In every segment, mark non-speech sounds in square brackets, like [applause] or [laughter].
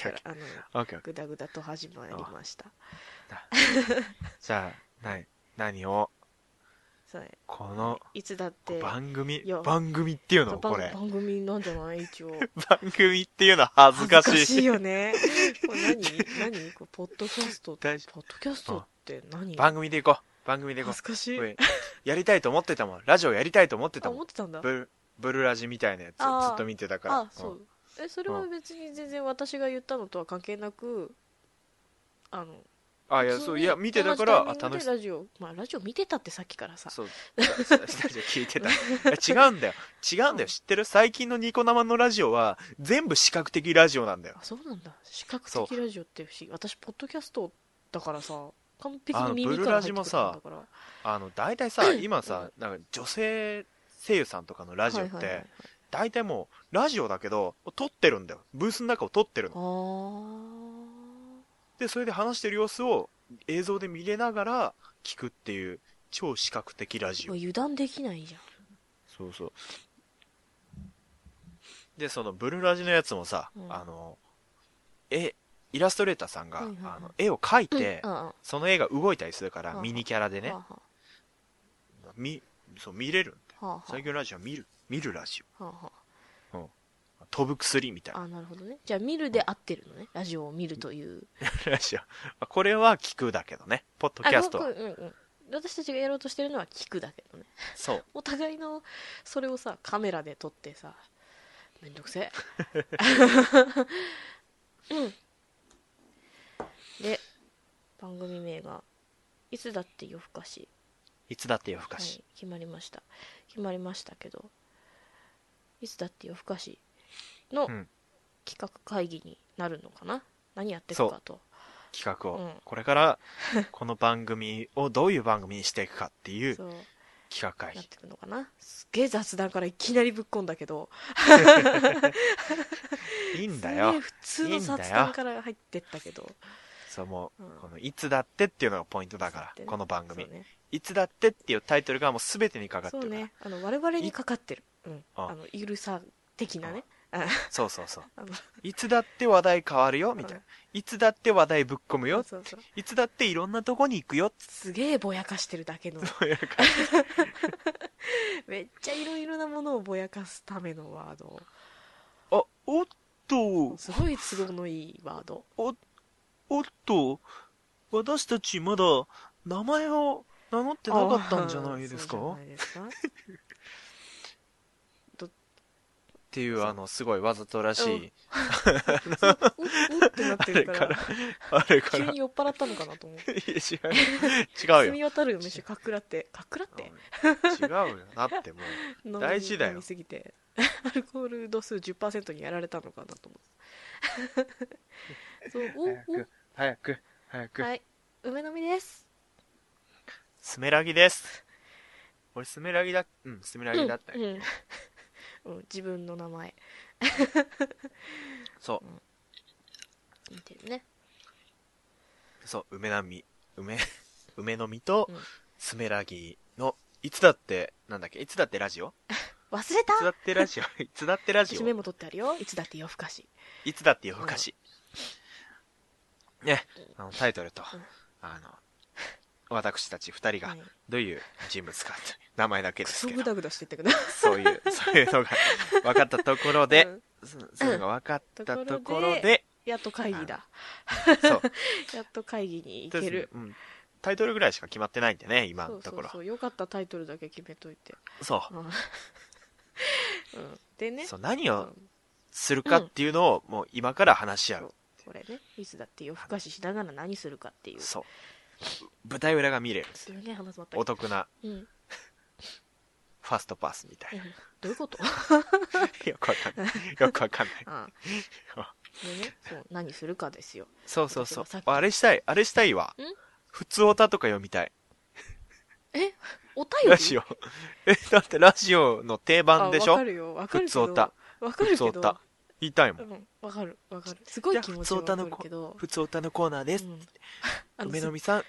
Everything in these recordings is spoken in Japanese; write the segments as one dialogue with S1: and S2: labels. S1: から
S2: あの
S1: オッケーオッケ
S2: ぐだぐだと始まりました
S1: ー。じゃあ、な、何を、
S2: そうね
S1: この
S2: いつだって
S1: 番組
S2: いや、
S1: 番組っていうの
S2: 番
S1: これ。
S2: 番組なんじゃない一応
S1: 番組っていうの [laughs] 恥ずかしい。
S2: よねこれ
S1: [laughs]
S2: 何何これポッドキャスト
S1: 大丈
S2: ポッドキャストって何
S1: 番組でいこう。番組でいこ
S2: 恥ずかし
S1: う。
S2: い
S1: 俺やりたいと思ってたもん。ラジオやりたいと思って
S2: あ
S1: たも
S2: 思っ。
S1: ん
S2: てたんだ
S1: ブル、ブルラジみたいなやつ、ず
S2: あー
S1: っと見てたから。
S2: あそうえそれは別に全然私が言ったのとは関係なくあの
S1: うん。あ、いや、
S2: 普通
S1: そう、
S2: に
S1: いや、見てたから、
S2: 同
S1: あ、
S2: じタイミング
S1: 楽し
S2: でラジオまあラジオ見てたってさっきからさ
S1: そう。そう聞い
S2: [laughs]
S1: てた。いや違うんだよ。違うんだ
S2: うん
S1: よ。知ってる最近のニコ生のラジオは、全部視覚的ラジオなんだよ
S2: あ。そうなんだ視覚
S1: そ
S2: 的ラジオって不思議私ポッドキャストだからさ完璧
S1: あ
S2: に
S1: の
S2: 耳
S1: ブ
S2: か
S1: ル
S2: ら入
S1: ラジ
S2: って
S1: も
S2: くるもん
S1: さ
S2: だから
S1: あの、大
S2: [laughs]
S1: 体さ、今さ、なんか女性声優さんとかのラジオっ
S2: はいはいは
S1: て
S2: い、
S1: 大体もう、ラジオだけど、撮ってるんだよ。ブースの中を撮ってる
S2: あ
S1: の。
S2: ー
S1: で、それで話してる様子を映像で見れながら聞くっていう、超視覚的ラジ
S2: も
S1: オ
S2: う。油断できないじゃん
S1: そうそう。で、そのブルーラジのやつもさ、
S2: うん
S1: あの、絵、イラストレーターさんが、
S2: はいはいはい
S1: あの絵を描いて、
S2: あ
S1: その絵が動いたりするから、
S2: はあ
S1: ミニキャラで
S2: あ
S1: ね、
S2: はあ
S1: みそう見れるんだよ。
S2: はあはあ
S1: 最近のラジオは見る、見るラジ
S2: はあは
S1: オ。飛ぶ薬みたい
S2: あ
S1: な
S2: あなるほどねじゃあ見るで合ってるのねラジオを見るという
S1: ラジオ。あこれは聞くだけどね、ポッド
S2: あ
S1: キャストは
S2: ごめんうんうん私たちがやろうとしてるのは聞くだけどね
S1: そう。
S2: お互いのそれをさカメラで撮ってさめんどくせえうんで番組名が「いつだって夜更かし」
S1: いつだって夜更か
S2: は
S1: し。
S2: い、決まりました決まりましたけどいつだって夜更かしの
S1: うん
S2: 企画会議になるのかな、何やってい
S1: そ
S2: く
S1: う
S2: かと
S1: 企画を、
S2: うん
S1: これから
S2: [laughs]
S1: この番組をどういう番組にしていくかっていう
S2: そう
S1: 企画会
S2: なっ
S1: 議
S2: てくのかなすっげえ雑談からいきなりぶっこんだけど
S1: いいんだ
S2: すげえ
S1: よ
S2: 普通の
S1: いいんだよ
S2: 雑談から入ってったけど
S1: そうもう、
S2: うん
S1: この「いつだって」っていうのがポイントだか
S2: いつだ
S1: ら
S2: ってね
S1: この番組、
S2: そうね
S1: いつだって」っていうタイトルがもう全てにかかっ
S2: そ
S1: て
S2: う
S1: るから
S2: ねあの我々にかかってるうん
S1: あ
S2: あのゆるさ的なねあ
S1: そうそうそう
S2: あの
S1: いつだって話題変わるよみたいな、
S2: うん
S1: いつだって話題ぶっ込むよ
S2: そうそう
S1: いつだっていろんなとこに行くよ
S2: すげえぼやかしてるだけの
S1: そういう感じ
S2: めっちゃいろいろなものをぼやかすためのワード
S1: あおっと
S2: すごい都合のいいワード
S1: おおっと私たちまだ名前を名乗ってなかったんじゃないですか
S2: あーそうじゃないですか
S1: っていうあのすごいわざとらしい、
S2: ううってなっ
S1: あ
S2: て
S1: れ
S2: るか
S1: かららあれか
S2: 急
S1: ら
S2: に酔っ払ったのかなと思って
S1: [laughs] いや違う
S2: 澄 [laughs]
S1: 違うよ
S2: み渡るよ飯かっくらってかっくらって
S1: 違うよなってもう
S2: 飲み
S1: 大事だよ
S2: 飲みすぎて [laughs] アルコール度数10%にやられたのかなと思
S1: [laughs]
S2: ってそうお
S1: 早く早く早
S2: お
S1: く
S2: はい梅の実です
S1: スメラギです俺スメラギだうんスメラギだったよ
S2: うんうん自分の名前
S1: そ
S2: 見てるね
S1: うそう梅なみ梅 [laughs] 梅の実と
S2: うん
S1: スメラギのいつだってなんだっけいつだってラジオ
S2: 忘れ
S1: いつだ
S2: た
S1: ってラジ
S2: [laughs]
S1: オいつだってラジ
S2: 私メ
S1: オ
S2: モ取ってあるよいつだって夜更かし
S1: いつだって夜更かしねあのタイトルと
S2: うん
S1: あの私たち二人が
S2: はい
S1: どういう人物かという名前だけで
S2: ク
S1: す
S2: ソ
S1: け
S2: グ
S1: ど
S2: ダグダしてったけど
S1: そういう、そういうのが分かったところで、
S2: うん
S1: そそういうのが分かったところ
S2: ところで
S1: で、
S2: やっと会議だ [laughs]
S1: そう。
S2: やっと会議に行け
S1: とりあえず
S2: る
S1: うん。タイトルぐらいしか決まってないんでね、今
S2: そ
S1: の
S2: う
S1: と
S2: そ
S1: こ
S2: う
S1: ろ。
S2: そ
S1: そう
S2: よかったタイトルだけ決めといて
S1: う
S2: うんうんでね
S1: そう何
S2: う
S1: を
S2: ん
S1: するかっていうのを、もう今から話し合
S2: そう
S1: う。
S2: これねいつだって夜更かししながら何するかっていう
S1: そう。舞台裏が見れる。
S2: すげえ話まった
S1: お得な
S2: うんうん
S1: ファストパスみた
S2: [laughs]
S1: い
S2: どういうこと
S1: [laughs] な。よくわかんない。よくわかんない。
S2: ああでねそう何するかですよ
S1: そうそうそ
S2: 私も
S1: う
S2: さっ。き
S1: あれしたい、あれしたいわ
S2: ん。
S1: 普通オタとか読みたい。
S2: えお便
S1: ラジ
S2: オ [laughs]
S1: オ。え、だってラジオの定番でし
S2: わ
S1: ょ
S2: かるよわかる
S1: 普
S2: け
S1: 通
S2: ど
S1: オタ
S2: わか
S1: 普
S2: るけ
S1: 通オ
S2: ど
S1: タ。言いたいも。
S2: うんんわかるわかるすごい気持ちはわかるけど
S1: 普通オタのコーナーです。
S2: うんあの
S1: 梅の
S2: [laughs]
S1: 実さん、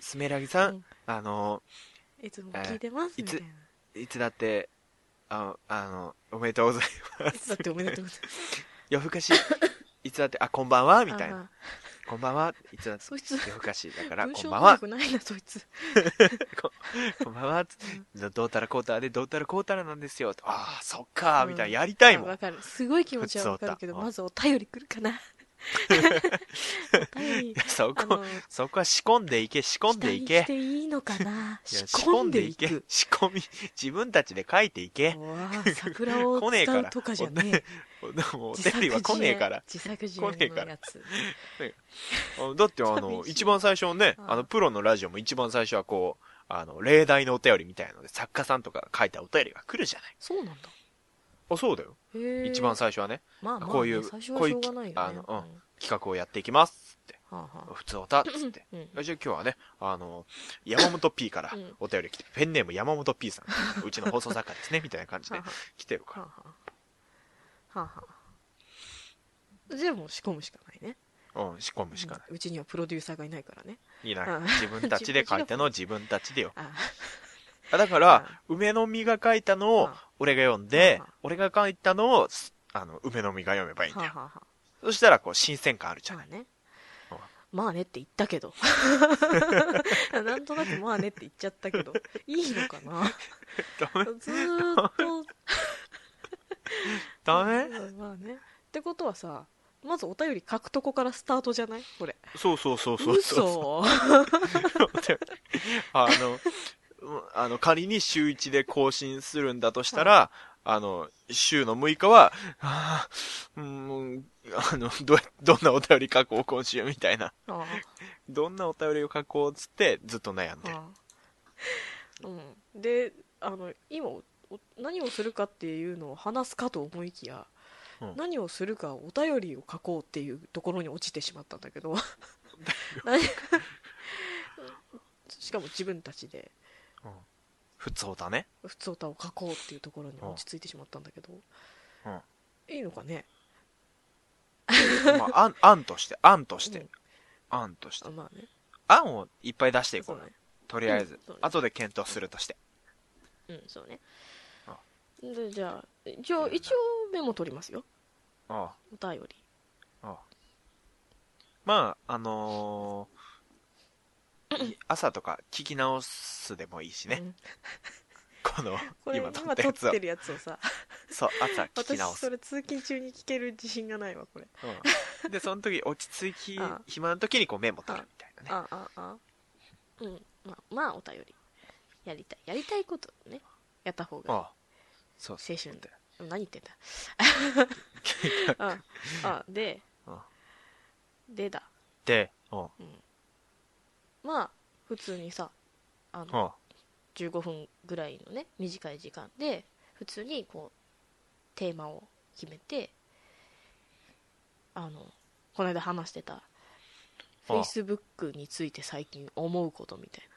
S1: スメラギさ
S2: うん
S1: ん、あの、
S2: いつも聞いてます
S1: えーい
S2: みた
S1: つ
S2: いない
S1: つだって、あの、あのおめでとうござい
S2: [laughs]
S1: ま
S2: いつ
S1: す。
S2: だっておめでとうございます
S1: 夜更かし、いつつだって、あ、こんばんは、みた
S2: あ
S1: いな。
S2: あ
S1: こんばんは、いつだって、
S2: そいつ
S1: 夜更かしだから、
S2: 文
S1: こん
S2: 章
S1: ばん
S2: 能
S1: は、
S2: 力ないなそいつ [laughs]
S1: こんばんは、つどうたらこうたらで、どうたらこうたらなんですよ。とああ、そっ
S2: う
S1: か、
S2: ん
S1: みたいな、やりたいも
S2: あ
S1: ん
S2: わ。かるすごい気持ちはわかるけど
S1: 普通
S2: まずお便り来るか
S1: [laughs]
S2: なお便り
S1: いやそ
S2: あ
S1: こ
S2: の、
S1: そこは仕込んでいけ、仕込んでい
S2: 期
S1: け
S2: 待し。ていいのかない
S1: や
S2: 仕込んでい
S1: 仕込んでいけ
S2: く。
S1: 仕込み、自分たちで書いていけ。
S2: うわあ桜を使うとかじゃねえ
S1: でも、お
S2: 自
S1: 便
S2: 作
S1: りは来ねえから。
S2: 自作自演
S1: 来ねえか
S2: の
S1: ら
S2: やつ
S1: あのだって、あの、
S2: 寂しい
S1: 一番最初のね、
S2: うん
S1: あの、プロのラジオも一番最初はこう、あの、例題のお便りみたいので、作家さんとかが書いたお便りが来るじゃない。
S2: そうなんだ
S1: あ、そうだよ。
S2: へえ
S1: 一番最初はね、
S2: まあまあね
S1: こういう
S2: 最初はしょうがないよね
S1: こういうきあのうん
S2: は
S1: 企画をやっていきますって、
S2: あはあ
S1: 普通おたっつ [laughs] って。
S2: うん
S1: じゃあ今日はね、あの、山本 P から
S2: うん
S1: お便り来て、ペンネーム山本 P さん、うちの放送作家ですね、みたいな感じで
S2: はあは
S1: 来てるから。
S2: はあはあはあはあでも仕込むしかないね
S1: うん、仕込むしかな
S2: うんうちにはプロデューサーがいないからね
S1: い。いない
S2: うん。
S1: 自分たちで書いたのを自分たちでよ。
S2: あ
S1: あだから、梅の実が書いたのを
S2: はあ
S1: 俺が読んで
S2: はあ、
S1: 俺が書いたのを、すあの、梅の実が読めばいいん
S2: はあは
S1: だよ。
S2: あはあ
S1: そしたら、こう、新鮮感あるじゃ
S2: ま [laughs]
S1: ない。
S2: あね
S1: うん
S2: まあねって言ったけど [laughs] なんとなくまあねって言っちゃったけどいいのかな
S1: ダ [laughs] メ
S2: ずーっと
S1: ダメ
S2: うんまあねってことはさまずお便り書くとこからスタートじゃないこれ
S1: そうそうそうそうそう。
S2: 嘘
S1: あの、うんあの、 [laughs] 仮に週1で更新するんだとしたら、あの、週の6日は、あーうん、あの、どうや、どんなお便り書こう、今週みたいな。 [laughs]
S2: ああ
S1: どんなお便りを書こうっつって、ずっと悩んでる。
S2: ああうんであの今おお何をするかっていうのを話すかと思いきや、
S1: うん
S2: 何をするかお便りを書こうっていうところに落ちてしまったんだけ
S1: [laughs]
S2: ど何 [laughs] しかも自分たちで
S1: 普通だね。
S2: 「普通歌を書こうっていうところに落ち着いてしまったんだけど、
S1: うん
S2: いいのかね
S1: [laughs] まあ、案、案として、案とし
S2: う
S1: て
S2: ん、
S1: 案として
S2: あ。まあね
S1: 案をいっぱい出していこ
S2: そう
S1: う
S2: ね。
S1: とりあえず
S2: うんそうね。
S1: 後で検討するとして。
S2: うんそうね
S1: あ
S2: でじゃあ一応一応メモ取りますよ
S1: あ
S2: お便り
S1: あ、ああ。まあ、あのーい朝とか聞き直すでもいいしね
S2: う。ん
S1: この
S2: これ
S1: 今
S2: 今
S1: 撮
S2: 撮っ
S1: ったやつを
S2: てるやつをさ
S1: そう朝 [laughs] 聞き
S2: 私
S1: 直す
S2: そ、れ通勤中に聞ける自信がないわこれ
S1: うんでその時落ち着き
S2: ああ
S1: 暇の時にこうメモ取るみたいなね
S2: あああうんまあまあお便りやりたいやりたいことをねやった方が
S1: ああそうそう
S2: 青春だ何言ってんだ [laughs] ああで
S1: あ
S2: でだ
S1: でうんうん
S2: まあ普通にさあの
S1: あ
S2: 15分ぐらいのね短い時間で普通にこうテーマを決めてあのこの間話してた
S1: あ
S2: Facebook について最近思うことみたいな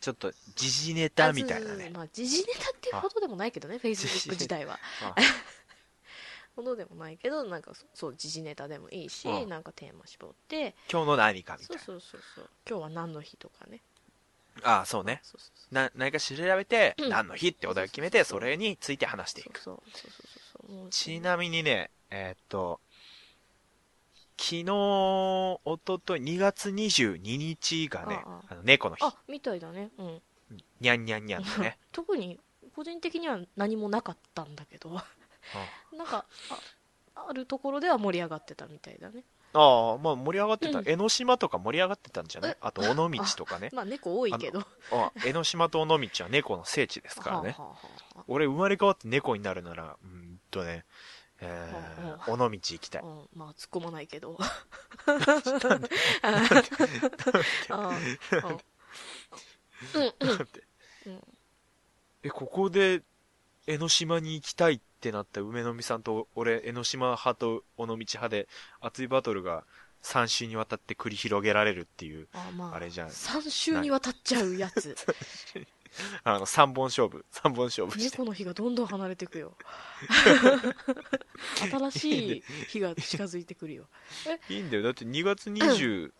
S1: ちょっと時事ネタみたい
S2: あ
S1: な
S2: ずずず
S1: ね
S2: まあ時事ネタっていうほどでもないけ
S1: [laughs]
S2: どね Facebook 自体は
S1: あ
S2: [laughs] ほどでもないけどなんかそそう時事ネタでもいいし
S1: あ
S2: なんかテーマ絞って
S1: 今日の何かみた
S2: そ
S1: いうな
S2: そうそうそう今日は何の日とかね
S1: ああそうね
S2: そうそうそう
S1: な何か調べて
S2: うん
S1: 何の日ってお題を決めてそれについて話していく
S2: そうそうそうそうそうもう
S1: ちなみにねえーっと昨日、おととい、2月22日がね、
S2: あ
S1: あの猫の日、
S2: あみたいだねうん
S1: にゃんにゃんにゃん
S2: [laughs]
S1: だね。
S2: 特に個人的には何もなかったんだけど [laughs] なんかああるところでは盛り上がってたみたいだね
S1: ああ、まあ盛り上がってた。
S2: うん
S1: 江ノ島とか盛り上がってたんじゃない
S2: え
S1: あと、尾道と
S2: [laughs]
S1: かね。
S2: まあ猫多いけど
S1: あ江ノ島と尾道は猫の聖地ですからね。
S2: はあはあは
S1: 俺、生まれ変わって猫になるなら、うーんとね、え
S2: は
S1: ー、尾道行きたい
S2: あ。うん、まあ突っ込まないけ
S1: [laughs]
S2: どあああうんうんうん
S1: え、ここで、江ノ島に行きたいってなった梅の実さんと、俺、江ノ島派と尾道派で、熱いバトルが3週にわたって繰り広げられるっていう、
S2: あまあ
S1: あれじゃん
S2: 3週にわたっちゃうやつ
S1: あの、3本勝負、3本勝負して。
S2: 猫の日がどんどん離れてく
S1: [laughs]
S2: よ新しい日が近づいてく
S1: [laughs]
S2: るよ
S1: いいんだよ。だって2月20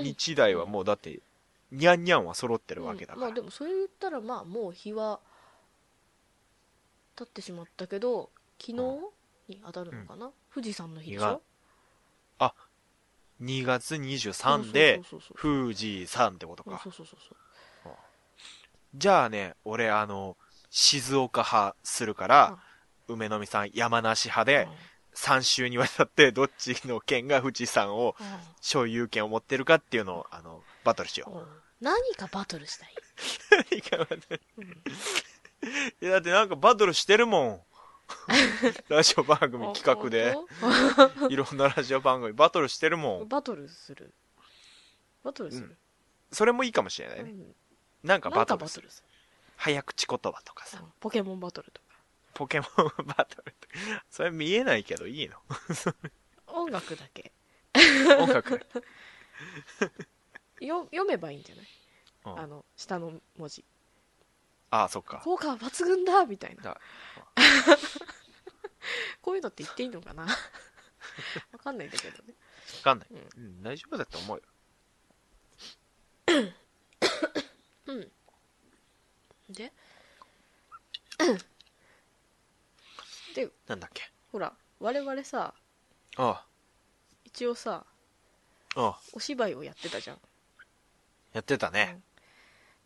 S1: 日台はもうだって、にゃんにゃんは揃ってるわけだ
S2: うん
S1: か
S2: まあで
S1: ら。
S2: もそれ言ったらまあもう日は経ってしまったけど昨日に当たるのかな、富士山の日でし
S1: 日が
S2: ょ
S1: 2月23で、
S2: そうそうそう
S1: 富士山ってこと
S2: そう
S1: か
S2: そ。うそうそうそう
S1: じゃあね、俺、あの、静岡派するから、梅の実さん山梨派で、3週にわたって、どっちの県が富士山を、
S2: うんうん
S1: 所有権を持ってるかっていうのを、あの、バトルしよう。
S2: うん何かバトルしたい
S1: [laughs] いかがでいやだってなんかバトルしてる [laughs] もん。ラジオ番組企画で、いろんなラジオ番組バトルしてる
S2: 本
S1: も
S2: 当
S1: ん。
S2: バトルするバトルする、
S1: それもいいかもしれな
S2: う
S1: いね。
S2: ん
S1: なんか
S2: なん
S1: バ
S2: か
S1: ト
S2: バ
S1: ル
S2: ト
S1: す
S2: ル
S1: る。
S2: す
S1: 早口言葉とか
S2: る
S1: さ
S2: う、んポケモンバトルとか
S1: ポケモンバトルとか。それ見えないけどい [laughs] いの。
S2: 音楽だけ
S1: 音楽。
S2: よ読めばいいんじゃない、
S1: うん
S2: あの下の文字
S1: ああ、そっか。
S2: 効果は抜群だみたいな
S1: だ
S2: [laughs] こういうのって言っていいのか
S1: [laughs]
S2: なわかんないんだけどね
S1: わかんない。うん、大丈夫だと思うよ。
S2: でで
S1: なんだっけ。
S2: ほら我々さ
S1: あ
S2: 一応さ
S1: あ、ああ、
S2: お芝居をやってたじゃん
S1: やってたね。
S2: うん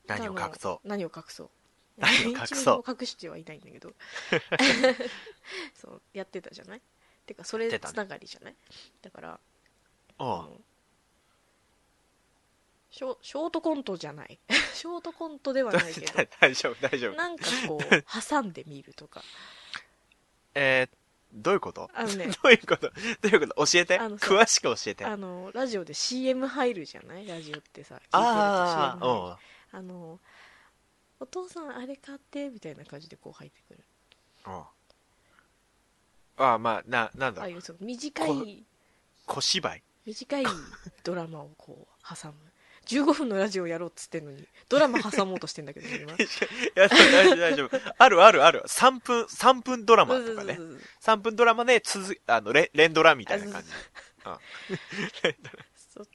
S1: 何を隠そう。
S2: 何を隠そう
S1: 何を隠そう
S2: 一応隠してはいないんだ
S1: [laughs]
S2: けどそうやってたじゃないてかそれ
S1: やってたね
S2: つながりじゃないだからあ
S1: あ
S2: のショショートコントじゃない [laughs] ショートコントでは
S1: あ、
S2: ないけ
S1: [laughs] 大丈夫、大丈
S2: ど
S1: 夫。
S2: なんかこう
S1: [laughs]
S2: 挟んでみるとか
S1: えー、どういうこと
S2: あの
S1: [laughs]
S2: ね
S1: どういうことどういうこと教えて
S2: あのさ
S1: 詳しく教えて。
S2: あのラジオで CM 入るじゃないラジオってさ聞いてると CM
S1: ああ、
S2: 入る
S1: うん。
S2: あのお父さんあれ買ってみたいな感じでこう入ってくる
S1: うんああ、まあ、な、なん
S2: あ
S1: だ
S2: あい、うその短
S1: こ
S2: い
S1: 小芝居。 [laughs]
S2: 短いドラマをこう挟む15分のラジオやろうっつってんのにドラマ挟もうとしてんだけどね今
S1: いや、大丈夫、大丈夫。あるあるある。3分、三分ドラマ
S2: そ
S1: と
S2: うそ
S1: か
S2: うそう
S1: ね
S2: そ。う
S1: 3分ドラマで続き、あの、レ連ドラみたいな感じ。
S2: そう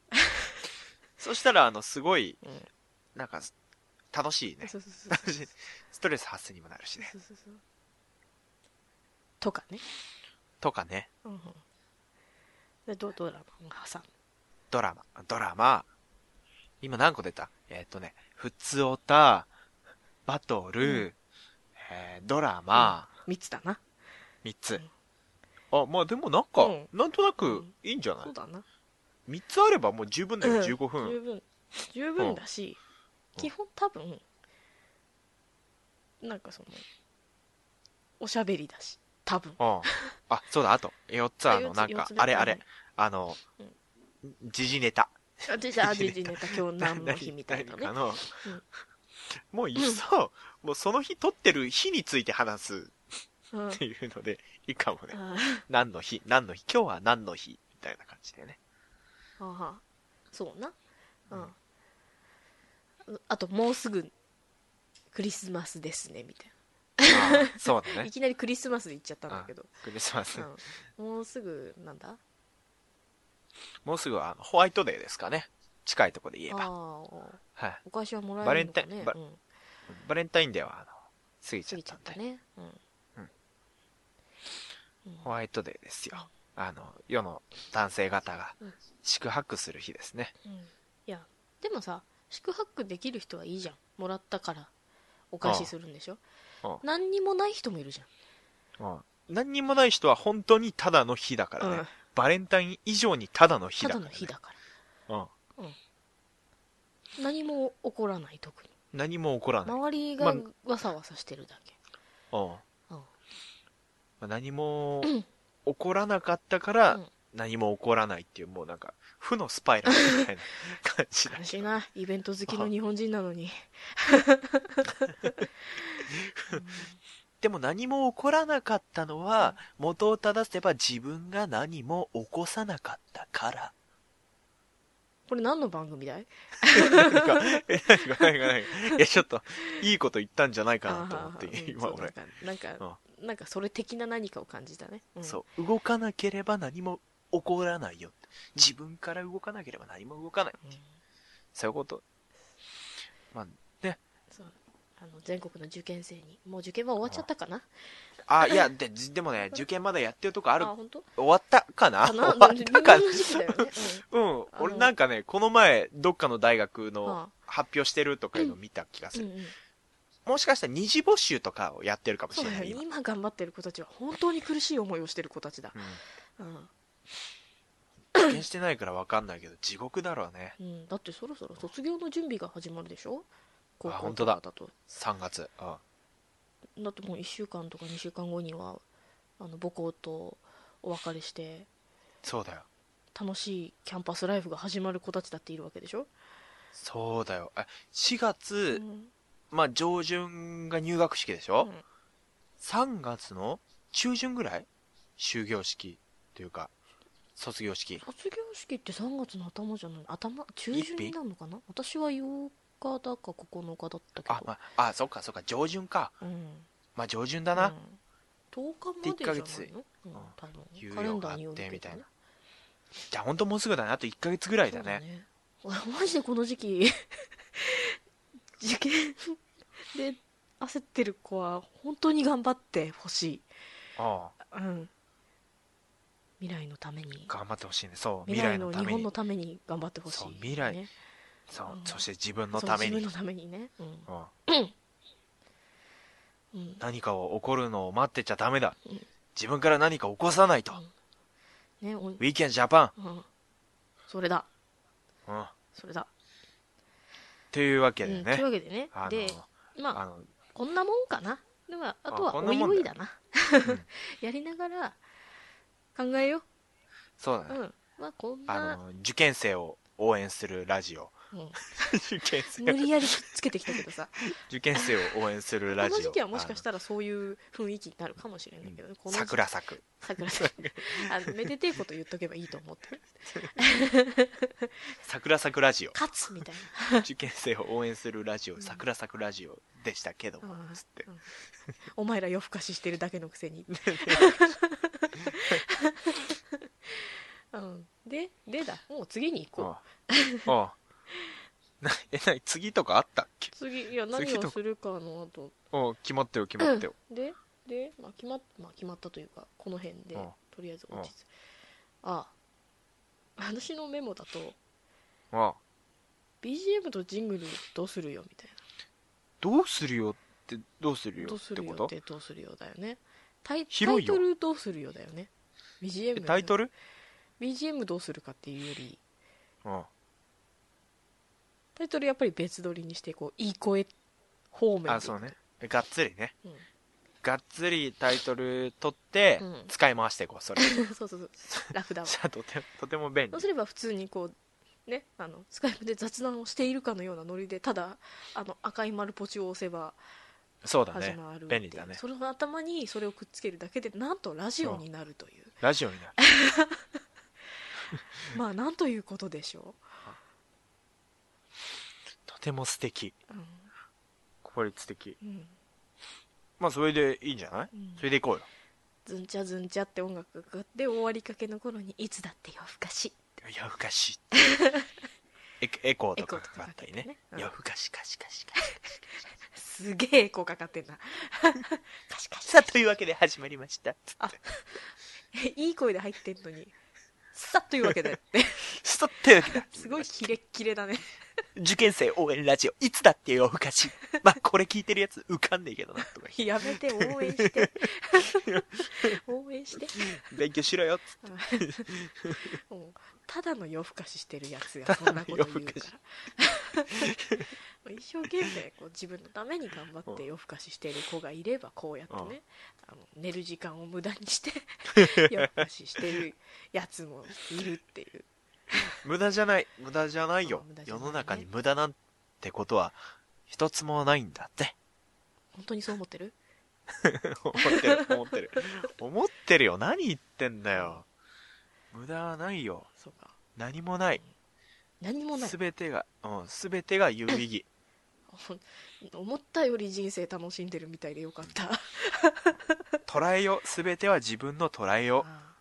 S1: そしたら、あの、すごい、
S2: うん
S1: なんか、楽しいね。
S2: そうそうそう
S1: 楽しい。 [laughs] ストレス発散にもなるしね。
S2: そうそうそうとかね、
S1: とかね、
S2: うんうん、でドドラマを挟む
S1: ドラマ、ドラマ。今何個出たえーっとね、ふつおた、バトル、えードラマ、
S2: 3つだな
S1: 3つ。あ、まあでもなんか、
S2: うん
S1: なんとな
S2: う
S1: く
S2: ん
S1: いいんじゃない
S2: そうだな
S1: 3つあればもう十分だよ、15
S2: 十
S1: 分。
S2: 分十分だし、
S1: うん
S2: 基本多分なんかそのおしゃべりだし多分
S1: うん。あ、そうだ、あと、4つあの、
S2: 四つ
S1: なん
S2: 四
S1: か
S2: つ、目
S1: あれあれ
S2: うん、
S1: あの
S2: うん、
S1: 時事ネタ。
S2: あじゃあじじネタ今日何の日みたいなね
S1: 何何か
S2: う
S1: の
S2: ん
S1: もういっそ、もうその日撮ってる日について話す
S2: うん
S1: っていうので、いいかもね。
S2: あ
S1: 何の日、何の日、今日は何の日、みたいな感じ
S2: [laughs]
S1: でね。
S2: あはそうなう
S1: うん
S2: んあともうすぐクリスマスですねみたい
S1: ああそうだ
S2: な、い
S1: ね。
S2: きなりクリスマスで言っちゃったんだけど、
S1: クリスマス。
S2: うん、もうすぐなんだ
S1: もうすぐあのホワイトデーですかね。近いとこで言え
S2: あ
S1: ば。
S2: あお
S1: はい。
S2: お返しはもらえるのかね
S1: バレンタインバ
S2: うん、
S1: バレンタインデーは、あの、過ぎち
S2: 過
S1: ゃっ
S2: ぎち
S1: た
S2: ゃ
S1: ん
S2: っ
S1: で
S2: た。ねうん、
S1: うん
S2: うん
S1: ホワイトデーですよ。あの、世の男性方が
S2: うん
S1: 宿泊する日ですね。
S2: うんいやでもさ宿泊できる人はいいじゃんもらったからお返しするんでしょ
S1: うん
S2: 何にもない人もいるじ
S1: うん。何にもない人は本当にただの日だか
S2: ゃ
S1: ら
S2: ん、
S1: ね。
S2: うん
S1: バレンタイン以上にただの日
S2: た
S1: だか
S2: だ
S1: ら、ね
S2: の。日だから
S1: うん。
S2: 何も起こらない特に
S1: 何も起こらない。
S2: 周りが
S1: ま
S2: わさわさしてるだけ、
S1: うん。
S2: うん
S1: まあ何も
S2: うん
S1: 起こらなかったから、
S2: うん
S1: 何も起こらないっていう、もうなんか、負のスパイラルみたいな感じだ
S2: 悲しいなイベント好きの日本人な
S1: [laughs]
S2: のに
S1: でも何も起こらなかったのは、元を正せば自分が何も起こさなかったから。
S2: これ何の番組だい
S1: 何か、え何か、何か、何か。いや、ちょっと、いいこと言ったんじゃないかなと思って
S2: あーはーは、ーうん
S1: 今
S2: そうなん
S1: 俺。
S2: かなんかなんかそれ的な何かを感じたね、うん
S1: そう。動かなければ何も起こらないよ。自分から動かなければ何も動かない。
S2: うん
S1: そういうこと。まあ、ね。
S2: そうああの全国の受験生にもう受験は終わっちゃったかな
S1: あ、いや、で、じでもね、受験まだやってるとこあ
S2: あ
S1: る。
S2: 本当
S1: 終わったかな
S2: か
S1: 終
S2: な
S1: わったかな
S2: 微妙な時期だよね、
S1: うん。
S2: あの
S1: 俺なんかね、この前、どっかの大学
S2: あ
S1: の
S2: あ
S1: 発表してるとかいうの見た気がす
S2: うん
S1: る。
S2: うんうん、
S1: もしかしたら二次募集とかをやってるかも
S2: そ
S1: し
S2: う
S1: れ
S2: だ
S1: な
S2: よね
S1: い、今。
S2: 今頑張ってる子たちは本当に苦しい思いをしてる子たちだ、
S1: うん
S2: うん
S1: 受験してないからわかんないけど、地獄だろうね。
S2: うん、だってそろそろ卒業の準備が始まるでしょ高
S1: あ
S2: 校
S1: 本
S2: と
S1: 当だ
S2: かだと
S1: 3月。うん。
S2: だってもう1週間とか2週間後にはあの母校とお別れして
S1: そうだよ。
S2: 楽しいキャンパスライフが始まる子たちだっているわけでしょ、
S1: そうだよ。え、4
S2: う
S1: 月、
S2: ん、
S1: まあ、上旬が入学式でしょ、
S2: うん
S1: ?3 月の中旬ぐらい終業式というか、卒業式。
S2: 卒業式って3月の頭じゃない頭中
S1: 一
S2: 旬
S1: 日
S2: になるのかな私は8日だか9日だったけど
S1: あ、まあ、あ、そっかそっか、上旬か。
S2: うん
S1: まあ、上旬だな。
S2: うん、10日までじゃないの、うん
S1: ん、
S2: 多
S1: 猶
S2: 分
S1: 予
S2: カレンダーによる
S1: が
S2: け
S1: あってみ
S2: ど
S1: たい
S2: ね
S1: なじゃあ、ほんともうすぐだね。あと1ヶ月ぐらいだ
S2: そうだ
S1: ね。
S2: ね俺 [laughs] マジでこの時期受験で焦ってる子は本当に頑張ってほしい、
S1: ああ
S2: うん、未来のために
S1: 頑張ってほしいね。そう、
S2: 未来
S1: 未来の
S2: の
S1: た
S2: 日
S1: め
S2: 本
S1: に
S2: の。ために頑張ってほしい、
S1: そう未来
S2: ね、
S1: そううんそして自分のため
S2: そう自分
S1: に
S2: の。ためにね、うん
S1: うん
S2: うん、
S1: 何かを起こるのを待ってちゃダメだ
S2: うん。
S1: 自分から何か起こさないと。
S2: うんねお、う
S1: ウィーケンジャパ
S2: ん、それだ
S1: ン。うん。
S2: それだ、
S1: というわけ
S2: う
S1: で
S2: ん、という
S1: ね。
S2: わけでね
S1: あ
S2: で
S1: の、
S2: まあ
S1: あの、
S2: こんなもんかなではあとは
S1: こん
S2: お
S1: ないもん
S2: お
S1: だよ
S2: いだなやりながら考えよう
S1: そうだね。
S2: うん。まあこん
S1: あ
S2: な、
S1: の、受験生を応援するラ
S2: [laughs]
S1: ジオ。
S2: うん
S1: 受験生
S2: 無理やりくっつけてきたけどさ、
S1: 受験生を応援する
S2: この
S1: ラジオ。
S2: 時期はもしかしたらそういう雰囲気になるかもしれないけど、ね、
S1: あ
S2: こ
S1: の
S2: の
S1: 桜咲く。
S2: 桜さんあのめでてえこと言っとけばいいと思って
S1: 桜咲くラジオ。
S2: 勝つみたい
S1: 受験生を応援するラジ
S2: う
S1: オ、
S2: ん
S1: 桜咲くラジオでしたけども
S2: うん、
S1: つって。
S2: なお前ら夜更かししてるだけのくせに、うん、ででだもう次に行こう、
S1: あああ [laughs] あなえ、なに、次とかあったっけ
S2: 次いや何
S1: 次と
S2: をするかの後
S1: おう決まってよ、決まってよ。
S2: でで、まあ決まっまあ、決まったというかこの辺で
S1: うん
S2: とりあえず落ち着くああ私のメモだと
S1: ああ
S2: BGM とジングルどうするよみたい
S1: どうするよって、どうする
S2: な
S1: よ
S2: どうす
S1: って
S2: るよ
S1: こ
S2: っ
S1: と
S2: てどうするよだよねタイタ
S1: 広
S2: イ
S1: いよ
S2: トルどうするよだよね
S1: え
S2: BGM
S1: タイト
S2: ル
S1: ル
S2: BGM どうするかっていうより
S1: うん。
S2: タイトルやっぱり別撮りにしてこういい声方面で
S1: あ、そうね。がっつりね。
S2: うん [laughs]
S1: がっつりタイトル取って
S2: うん、
S1: 使い回していこう、それ。 [laughs] じ
S2: そうそうそうラフだ
S1: [laughs]
S2: わ
S1: ゃあ、とても、とても便利
S2: そう。すれば普通にこうねあのスカイプで雑談をしているかのようなノリでただあの赤い丸ポチを押せば
S1: そうだ
S2: 始
S1: ね。
S2: まるっていう
S1: 便利だね。
S2: その頭にそれをくっつけるだけでなんとラジオになるという
S1: ラジオになる。
S2: まあなんということでしょ
S1: とても素敵。
S2: う、うん
S1: 効率的。
S2: うん
S1: まあ、それでいいんじゃない
S2: うん
S1: それでいこうよ。
S2: ズンチャズンチャって音楽がかかって終わりかけの頃にいつだって夜更かし
S1: 夜更かしってエエコーとかかかったり
S2: エコーとかかかって
S1: ね
S2: ねうん
S1: 夜更かしかしかしかし
S2: すげえ効果かかってんな [laughs] カシカシ
S1: さあというわけで始まりましたつっ
S2: あ
S1: て
S2: いい声で入ってんのにさっというわけで
S1: ストってわけだ
S2: すごいキレッキレだね
S1: 受験生応援ラジオいつだって夜更かしまあこれ聞いてるやつ受かんねえけどなとか
S2: [laughs] やめ [laughs] て応援して応援して
S1: 勉強しろよっつ
S2: うんもうただの夜更かししてるやつがそんなこと言うか
S1: ただの夜更から
S2: [laughs] もう一生懸命こう自分のために頑張って夜更かししてる子がいればこうやってねあの寝る時間を無駄に [laughs] して夜更かししてるやつもいるっていう
S1: 無駄じゃない無駄じゃないよ
S2: うん無駄じゃ
S1: 世
S2: ないね
S1: の中に無駄なんてことは一つもないんだって
S2: 本当にそう思ってる
S1: 思ってる思ってる思ってるよ何言ってんだよ無駄はないよ
S2: そうか
S1: 何もない
S2: 何もない
S1: すべてが、うん、すべてが有意義。
S2: ほん思ったより人生楽しんでるみたいでよかった
S1: 捉えよう。すべては自分の捉えよ
S2: あ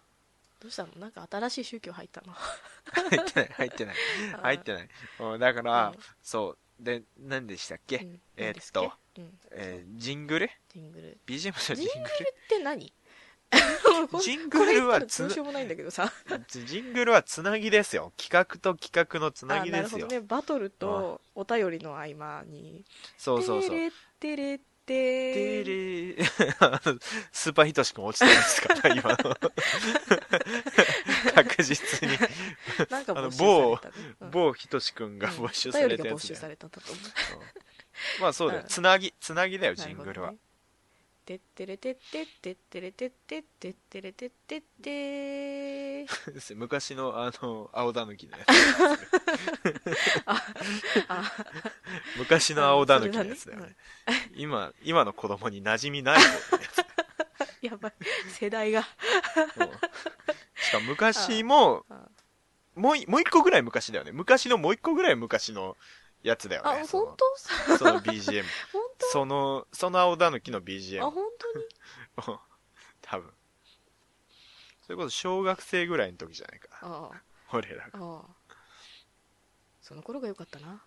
S2: ーどうしたのなんか新しい宗教入ったの
S1: う。入ってない、 [laughs] 入ってない。入ってない。うんだから
S2: うん、
S1: そう。で、何でしたっけ
S2: うん何
S1: え
S2: で
S1: ーっ
S2: すっけ
S1: と、
S2: うん
S1: えージングル
S2: ジングル
S1: ?BGM じゃジ
S2: ジ
S1: ン
S2: ン
S1: グ
S2: グって何
S1: ルジングルは
S2: つ
S1: つ
S2: どう
S1: な
S2: しようもないんだけどさ
S1: [laughs] ジングルはつなぎですよ。企画と企画のつな
S2: あ
S1: ぎ
S2: な
S1: で
S2: る
S1: す
S2: ほ
S1: よ。
S2: どねバトルとお便りの合間に
S1: そうそうそう。
S2: テレ
S1: て
S2: テレテ
S1: れあのスーパー [laughs] ヒトシ君落ちてま
S2: [laughs]
S1: すから、今の。確実に。
S2: レなんか募集されたねうん
S1: 某ひとし君が
S2: うん
S1: 募集された
S2: お便り
S1: や
S2: が募
S1: つだ
S2: 集
S1: よ
S2: されたんだと思う
S1: うんまあそうだよ。つなぎ、つなぎだよ、 [laughs] ジングルは。 [laughs]
S2: てってれてってってってれてってってってれてってって
S1: 昔のあの、青だぬきのや
S2: あ
S1: つ。昔の青だぬきのやつだよ
S2: それ
S1: ね。今、今の子供に馴染みないもんね
S2: やばい世代が
S1: うんしかも昔も、
S2: [laughs] あ
S1: もうい、もう一個ぐらい昔だよね。昔のもう一個ぐらい昔のやつだよね。その
S2: 本当さ
S1: その BGM。
S2: 本
S1: その、その青だぬきの
S2: 当あ
S1: BGM
S2: 本当に
S1: を、多分。それこそ小学生ぐらいの時じゃないか。
S2: ああ
S1: 俺らが。
S2: ああその頃が良かったな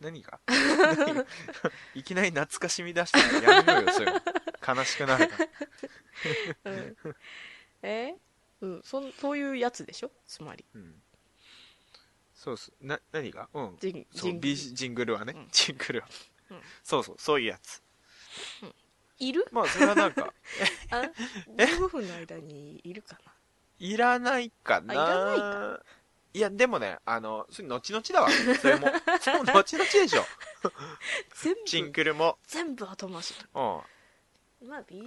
S1: 何
S2: [laughs]
S1: が何が [laughs] いきなり懐かしみ出したらやめろよ、それ。悲しくなるから。
S2: うんえうんそんそういうやつでしょつまり
S1: うん。そうっす。な、何がうん。
S2: ジン
S1: そ
S2: ジ
S1: う、
S2: ングル
S1: BG ジングルはね
S2: うん。
S1: ジングルは
S2: うん。
S1: そうそう、そういうやつ。
S2: いる
S1: まあ、それはな
S2: [laughs]
S1: んか、
S2: あ
S1: え
S2: 15分の間にいるか
S1: いらないかな。
S2: あいらない
S1: か。いや、でもね、あの、それ後々だわ。
S2: [laughs]
S1: それも。それも後々でしょ。
S2: な全
S1: ジン
S2: 部
S1: グルも。
S2: 全部後回し
S1: うん。
S2: まあ BGM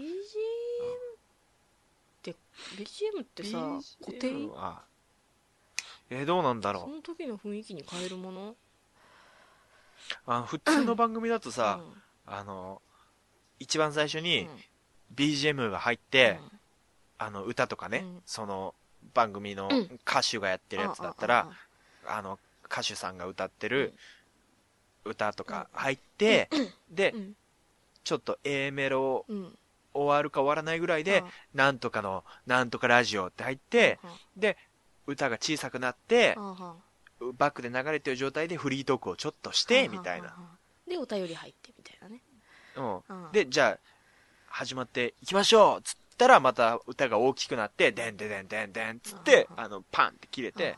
S2: って BGM ってさ
S1: BGM
S2: 固定
S1: はえーどうなんだ
S2: そ
S1: ろう
S2: の時の雰囲気に変えるもの
S1: あの普通の番組だとさ、
S2: うん
S1: あの一番最初
S2: う
S1: に
S2: ん
S1: BGM が入って、
S2: うん
S1: あの歌とかね、
S2: うん
S1: その番組の
S2: うん
S1: 歌手がやってるやつだったら、あの歌手さんが歌ってる歌とか入って、で、
S2: あああうん
S1: ちょっと A メロ
S2: うん
S1: 終わるか終わらないぐらいで、
S2: あ
S1: なんとかのなんとかラジオって入って、
S2: あ
S1: で歌が小さくなって、
S2: ああ
S1: バックで流れてる状態でフリートークをちょっとして、みたいな。
S2: でお便り入ってみたいなね
S1: うん。
S2: ああ
S1: で、じゃあ、始まっていきましょうつったら、また歌が大きくなって、でんでんでんでんでんつって、
S2: あ
S1: あの、パンって切れて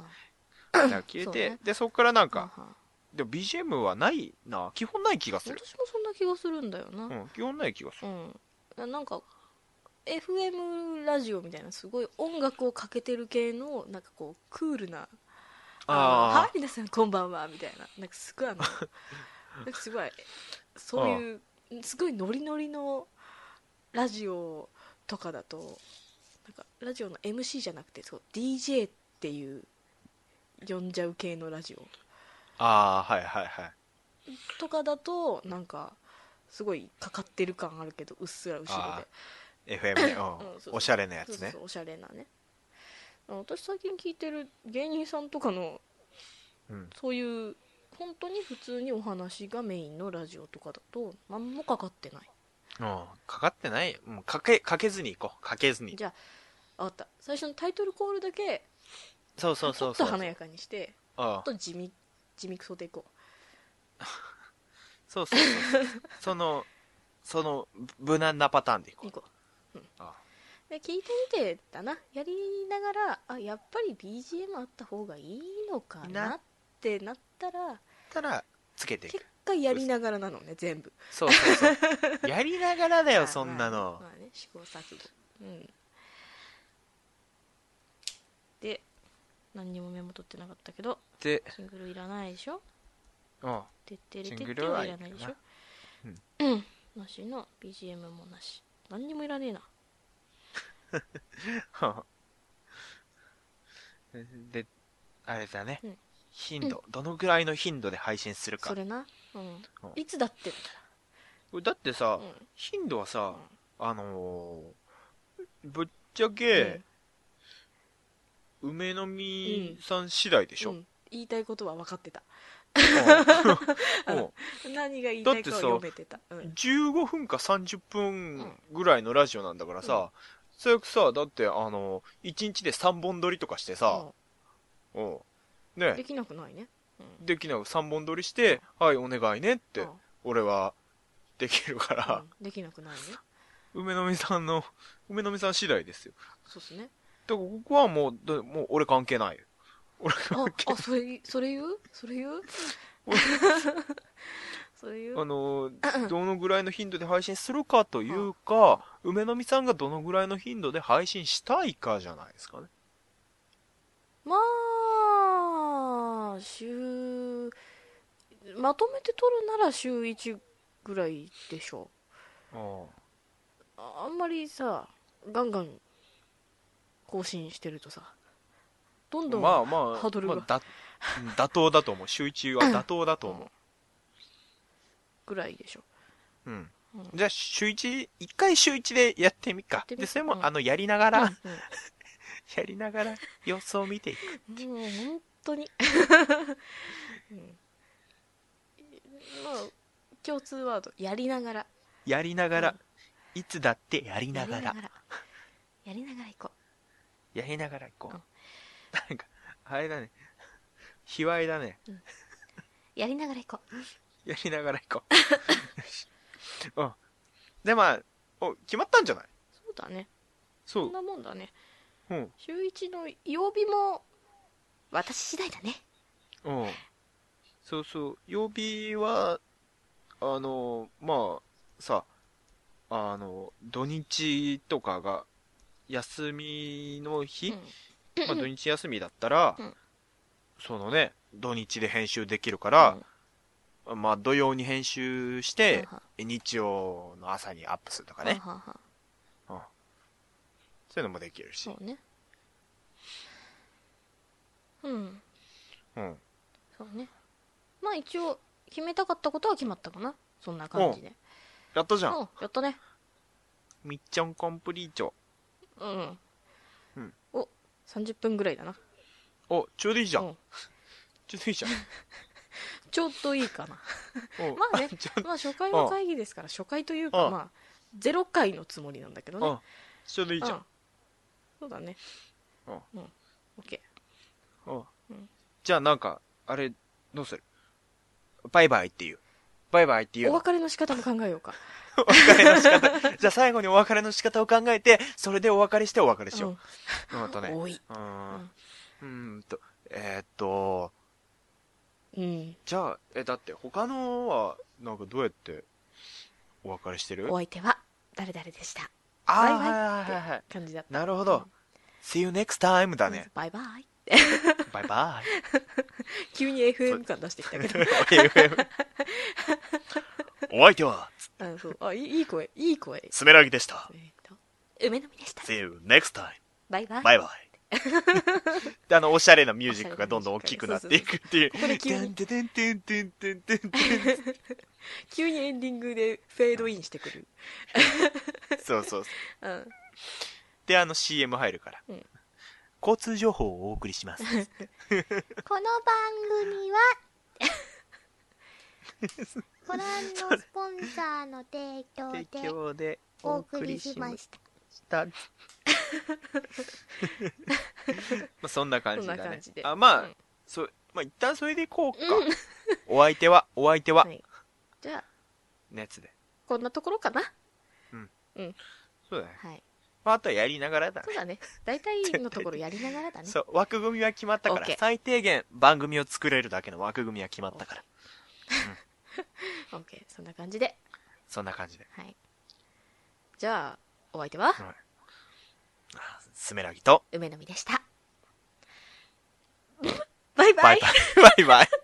S2: あ、
S1: 歌が切れ
S2: そう
S1: て
S2: ね、
S1: で、そこからなん
S2: ああ
S1: か、
S2: ああ
S1: でも BGM はないな、基本ない気がす
S2: 私も
S1: る。
S2: そんな気がするんだよな
S1: うん、基本ない気がする。
S2: うん、なんか FM ラジオみたいなすごい音楽をかけてる系のなんかこうクールな「あのは
S1: あ
S2: い皆さんこんばんは」みたいななんかすごい
S1: [laughs]
S2: あのなんかすごいそういうすごいノリノリのラジオとかだとなんかラジオの MC じゃなくてそう DJ っていう呼んじゃう系のラジオ
S1: あ、ああ、はいはいはい。
S2: とかだとなんかすごいかかってる感あるけどうっすら後ろ
S1: あ
S2: で
S1: あ。FM で、
S2: うんそう
S1: う
S2: そ
S1: ん。
S2: う
S1: おしゃれなや
S2: そう
S1: つ
S2: そう
S1: ね
S2: そ。うおしゃれなね私最近聞いてる芸人さんとかの
S1: うん。
S2: そういう本当に普通にお話がメインのラジオとかだと何もかかってない
S1: うん。かかってないうん、かけ、かけずに行こう。かけずに。
S2: じゃあ分かった最初のタイトルコールだけ
S1: そう
S2: ち
S1: そ
S2: ょ
S1: う
S2: っ
S1: そう
S2: と
S1: そう。
S2: 華やかにして
S1: うん
S2: ちょっと地味地味くそでいこ
S1: そうそう
S2: [laughs]
S1: そうそう。その、その、無難なパターンでいうこ。
S2: いうこう、うん、
S1: あ
S2: で聞いてみてだなやりながらあやっぱり BGM あった方がいいのかなってなったら
S1: たら、つけてい
S2: 結
S1: く。
S2: 果やりながらなのね全部
S1: そうそう
S2: [laughs]
S1: そう。やりながら
S2: ま
S1: だよ、
S2: あ
S1: そんなの
S2: まあ。まあね試行錯誤うんで何にもメモ取ってなかったけど
S1: で、
S2: シングルいらないでしょ
S1: うん。
S2: てってれ
S1: シ
S2: てっ
S1: ン
S2: て
S1: グ
S2: って
S1: ルは
S2: はい
S1: い
S2: ら
S1: ら
S2: な
S1: ないい
S2: で
S1: で
S2: し
S1: し
S2: ょ
S1: ょ
S2: [coughs] なしの BGM もなし何にもいらねえな
S1: [laughs] で、あれだね
S2: うん。
S1: 頻度、どのぐらいの頻度で配信する
S2: そ
S1: か。
S2: れなうん
S1: うん
S2: いつだって
S1: だってさ
S2: だ、うん
S1: 頻度はさ、あのー、ぶっちゃ
S2: うん
S1: け、梅の実さん次第でしょ。
S2: う [laughs]
S1: うん
S2: ん言いたいことは分かって
S1: [laughs]
S2: た
S1: うん
S2: 何が言いたいかは
S1: だ
S2: 読
S1: っ
S2: めてたうん
S1: 15分か30分ぐらいのラジオなんだからさ、それさ、だってあの、1日で3本撮りとかしてさ、うん、
S2: うんで
S1: ね、
S2: きなくないねうん
S1: できなく3本撮りして、はい、お願いねって
S2: う、ん
S1: 俺はできるから、
S2: うんできなくなるね
S1: 梅の実さんの、梅の実さん次第ですよ。
S2: そうっすね
S1: だからここはもう、だもう俺関係ないよ。俺
S2: あ
S1: 関係
S2: あそれそれ言うそれ言う [laughs] それ言う
S1: あのー、どのぐらいの頻度で配信するかというか、梅の実さんがどのぐらいの頻度で配信したいかじゃないですかね。
S2: まあ週まとめて撮るなら週1ぐらいでしょ
S1: あ
S2: うああんまりさガンガン更新してるとさどん
S1: あ
S2: どん
S1: まあまあ、
S2: ハードルが
S1: まあだうん妥当だと思う。週1は妥当だと思
S2: ぐらいでしょ
S1: う。うん。
S2: うん
S1: じゃあ、週1、一回週1でやってみっか。
S2: ってみ
S1: で、それも、
S2: うん
S1: あの、やりながら、
S2: う
S1: [laughs] やりながら、様子を見ていく。
S2: んうんもう本当に、 [laughs] うん、まあ共通ワードやりながら
S1: やりながら、
S2: うん
S1: いつだってやりながら、
S2: やりながら行こ
S1: やりながら行こ
S2: うん
S1: う。なんか、あれだね。卑猥だね。
S2: うやりながら行こう
S1: やりながら行こう。よし [laughs] うん。で、まあ、お、決まったんじゃない
S2: そうだね
S1: そ
S2: そん。なもんだね
S1: うん。
S2: 週一の曜日も私次第だね
S1: うん。そうそう。曜日は、あの、まあ、さ、あの、土日とかが、休みの日、まあ土日休みだったら、
S2: うん
S1: そのね、土日で編集できるから、まあ土曜に編集して、日曜の朝にアップするとかね、
S2: はは
S1: そういうのもできるし
S2: そ。うねうん
S1: うん。
S2: そうねまあ一応決めたかったことは決まったかなそんな感じで
S1: やったじ
S2: う
S1: ゃ
S2: ん
S1: ん。
S2: やったね
S1: みっちゃんコンプリーチョ。
S2: うん、
S1: うん
S2: お30分ぐらいだな
S1: お、ちょうどいいじゃ。
S2: うんん
S1: ちょうどいい [laughs] じゃん。
S2: ちょっといいかな
S1: うん
S2: まあね
S1: ちょう
S2: まあ初回の会議ですから初回という
S1: う
S2: か
S1: ん
S2: まあゼロ回のつもりなんだけどね
S1: うんちょうどいいじゃ
S2: うん
S1: ん。
S2: そうだね
S1: うん
S2: うん OK
S1: うん
S2: うん
S1: じゃあなんか、あれ、どうするバイバイっていう。バイバイっていう
S2: お
S1: の。
S2: 別れの仕方も考えようか
S1: お別れの仕方。 [laughs] じゃあ最後にお別れの仕方を考えて、それでお別れしてお別れしよう。うんとね。
S2: 多い。
S1: うーん。うーんと、えーっと、
S2: うん。
S1: じゃあ、え、だって他のは、なんかどうやってお別れしてる
S2: お相手は、誰々でした。
S1: あ
S2: バ
S1: ー
S2: イバイ
S1: はいはいはいはい。
S2: 感じだった。
S1: なるほ
S2: うん
S1: ど。See you next time
S2: [laughs]
S1: だね。 [laughs]
S2: バイバイ。
S1: バイバイ。
S2: 急に FM 感出してきたけど。
S1: お相手は、
S2: あそうあいい、いい声、いい声。
S1: スメラギでした。
S2: えっと、梅の実でした。
S1: See you next time.
S2: バイバイ。
S1: バイバイ。で、あの、おしゃれなミュージックがどんどん大きくなっていくっていう。
S2: そうそうそうここで急に
S1: てんてんてんてんてんてんてん
S2: 急にエンディングでフェードインしてくる。
S1: [laughs] そうそうそ
S2: う
S1: う。
S2: ん。
S1: で、あの CM 入るから
S2: うん。
S1: 交通情報をお送りします。
S3: この番組
S1: [laughs]
S3: はご覧のスポンサーの提供
S1: 提
S3: で
S1: 供でお
S3: お
S1: 送
S3: 送
S1: り
S3: り
S1: し
S3: し
S1: ま
S3: ま
S1: し
S3: した
S1: [laughs] た。まあそんな感じ
S2: そ
S1: だ
S2: んな
S1: ね
S2: 感じで。
S1: あ、ま
S2: う
S1: あ
S2: ん、
S1: そう、まあ一旦それでいこうか。お相手は、お相手は
S2: は、い。じゃあ、
S1: のやつで。
S2: こんなところかな。
S1: そうだね。
S2: はい。
S1: まああとはやりながらだね
S2: そう。だね。大体のところやりながらだね。
S1: そう、枠組みは決まったから、
S2: OK
S1: 最低限番組を作れるだけの枠組みは決まったから、
S2: OK。そんな感じで。
S1: そんな感じで。
S2: はい。じゃあ、お相手は、
S1: あスメラギと、
S2: 梅の実でした。バイバ
S1: バ
S2: イ
S1: イバイ、バイバイ。 [laughs]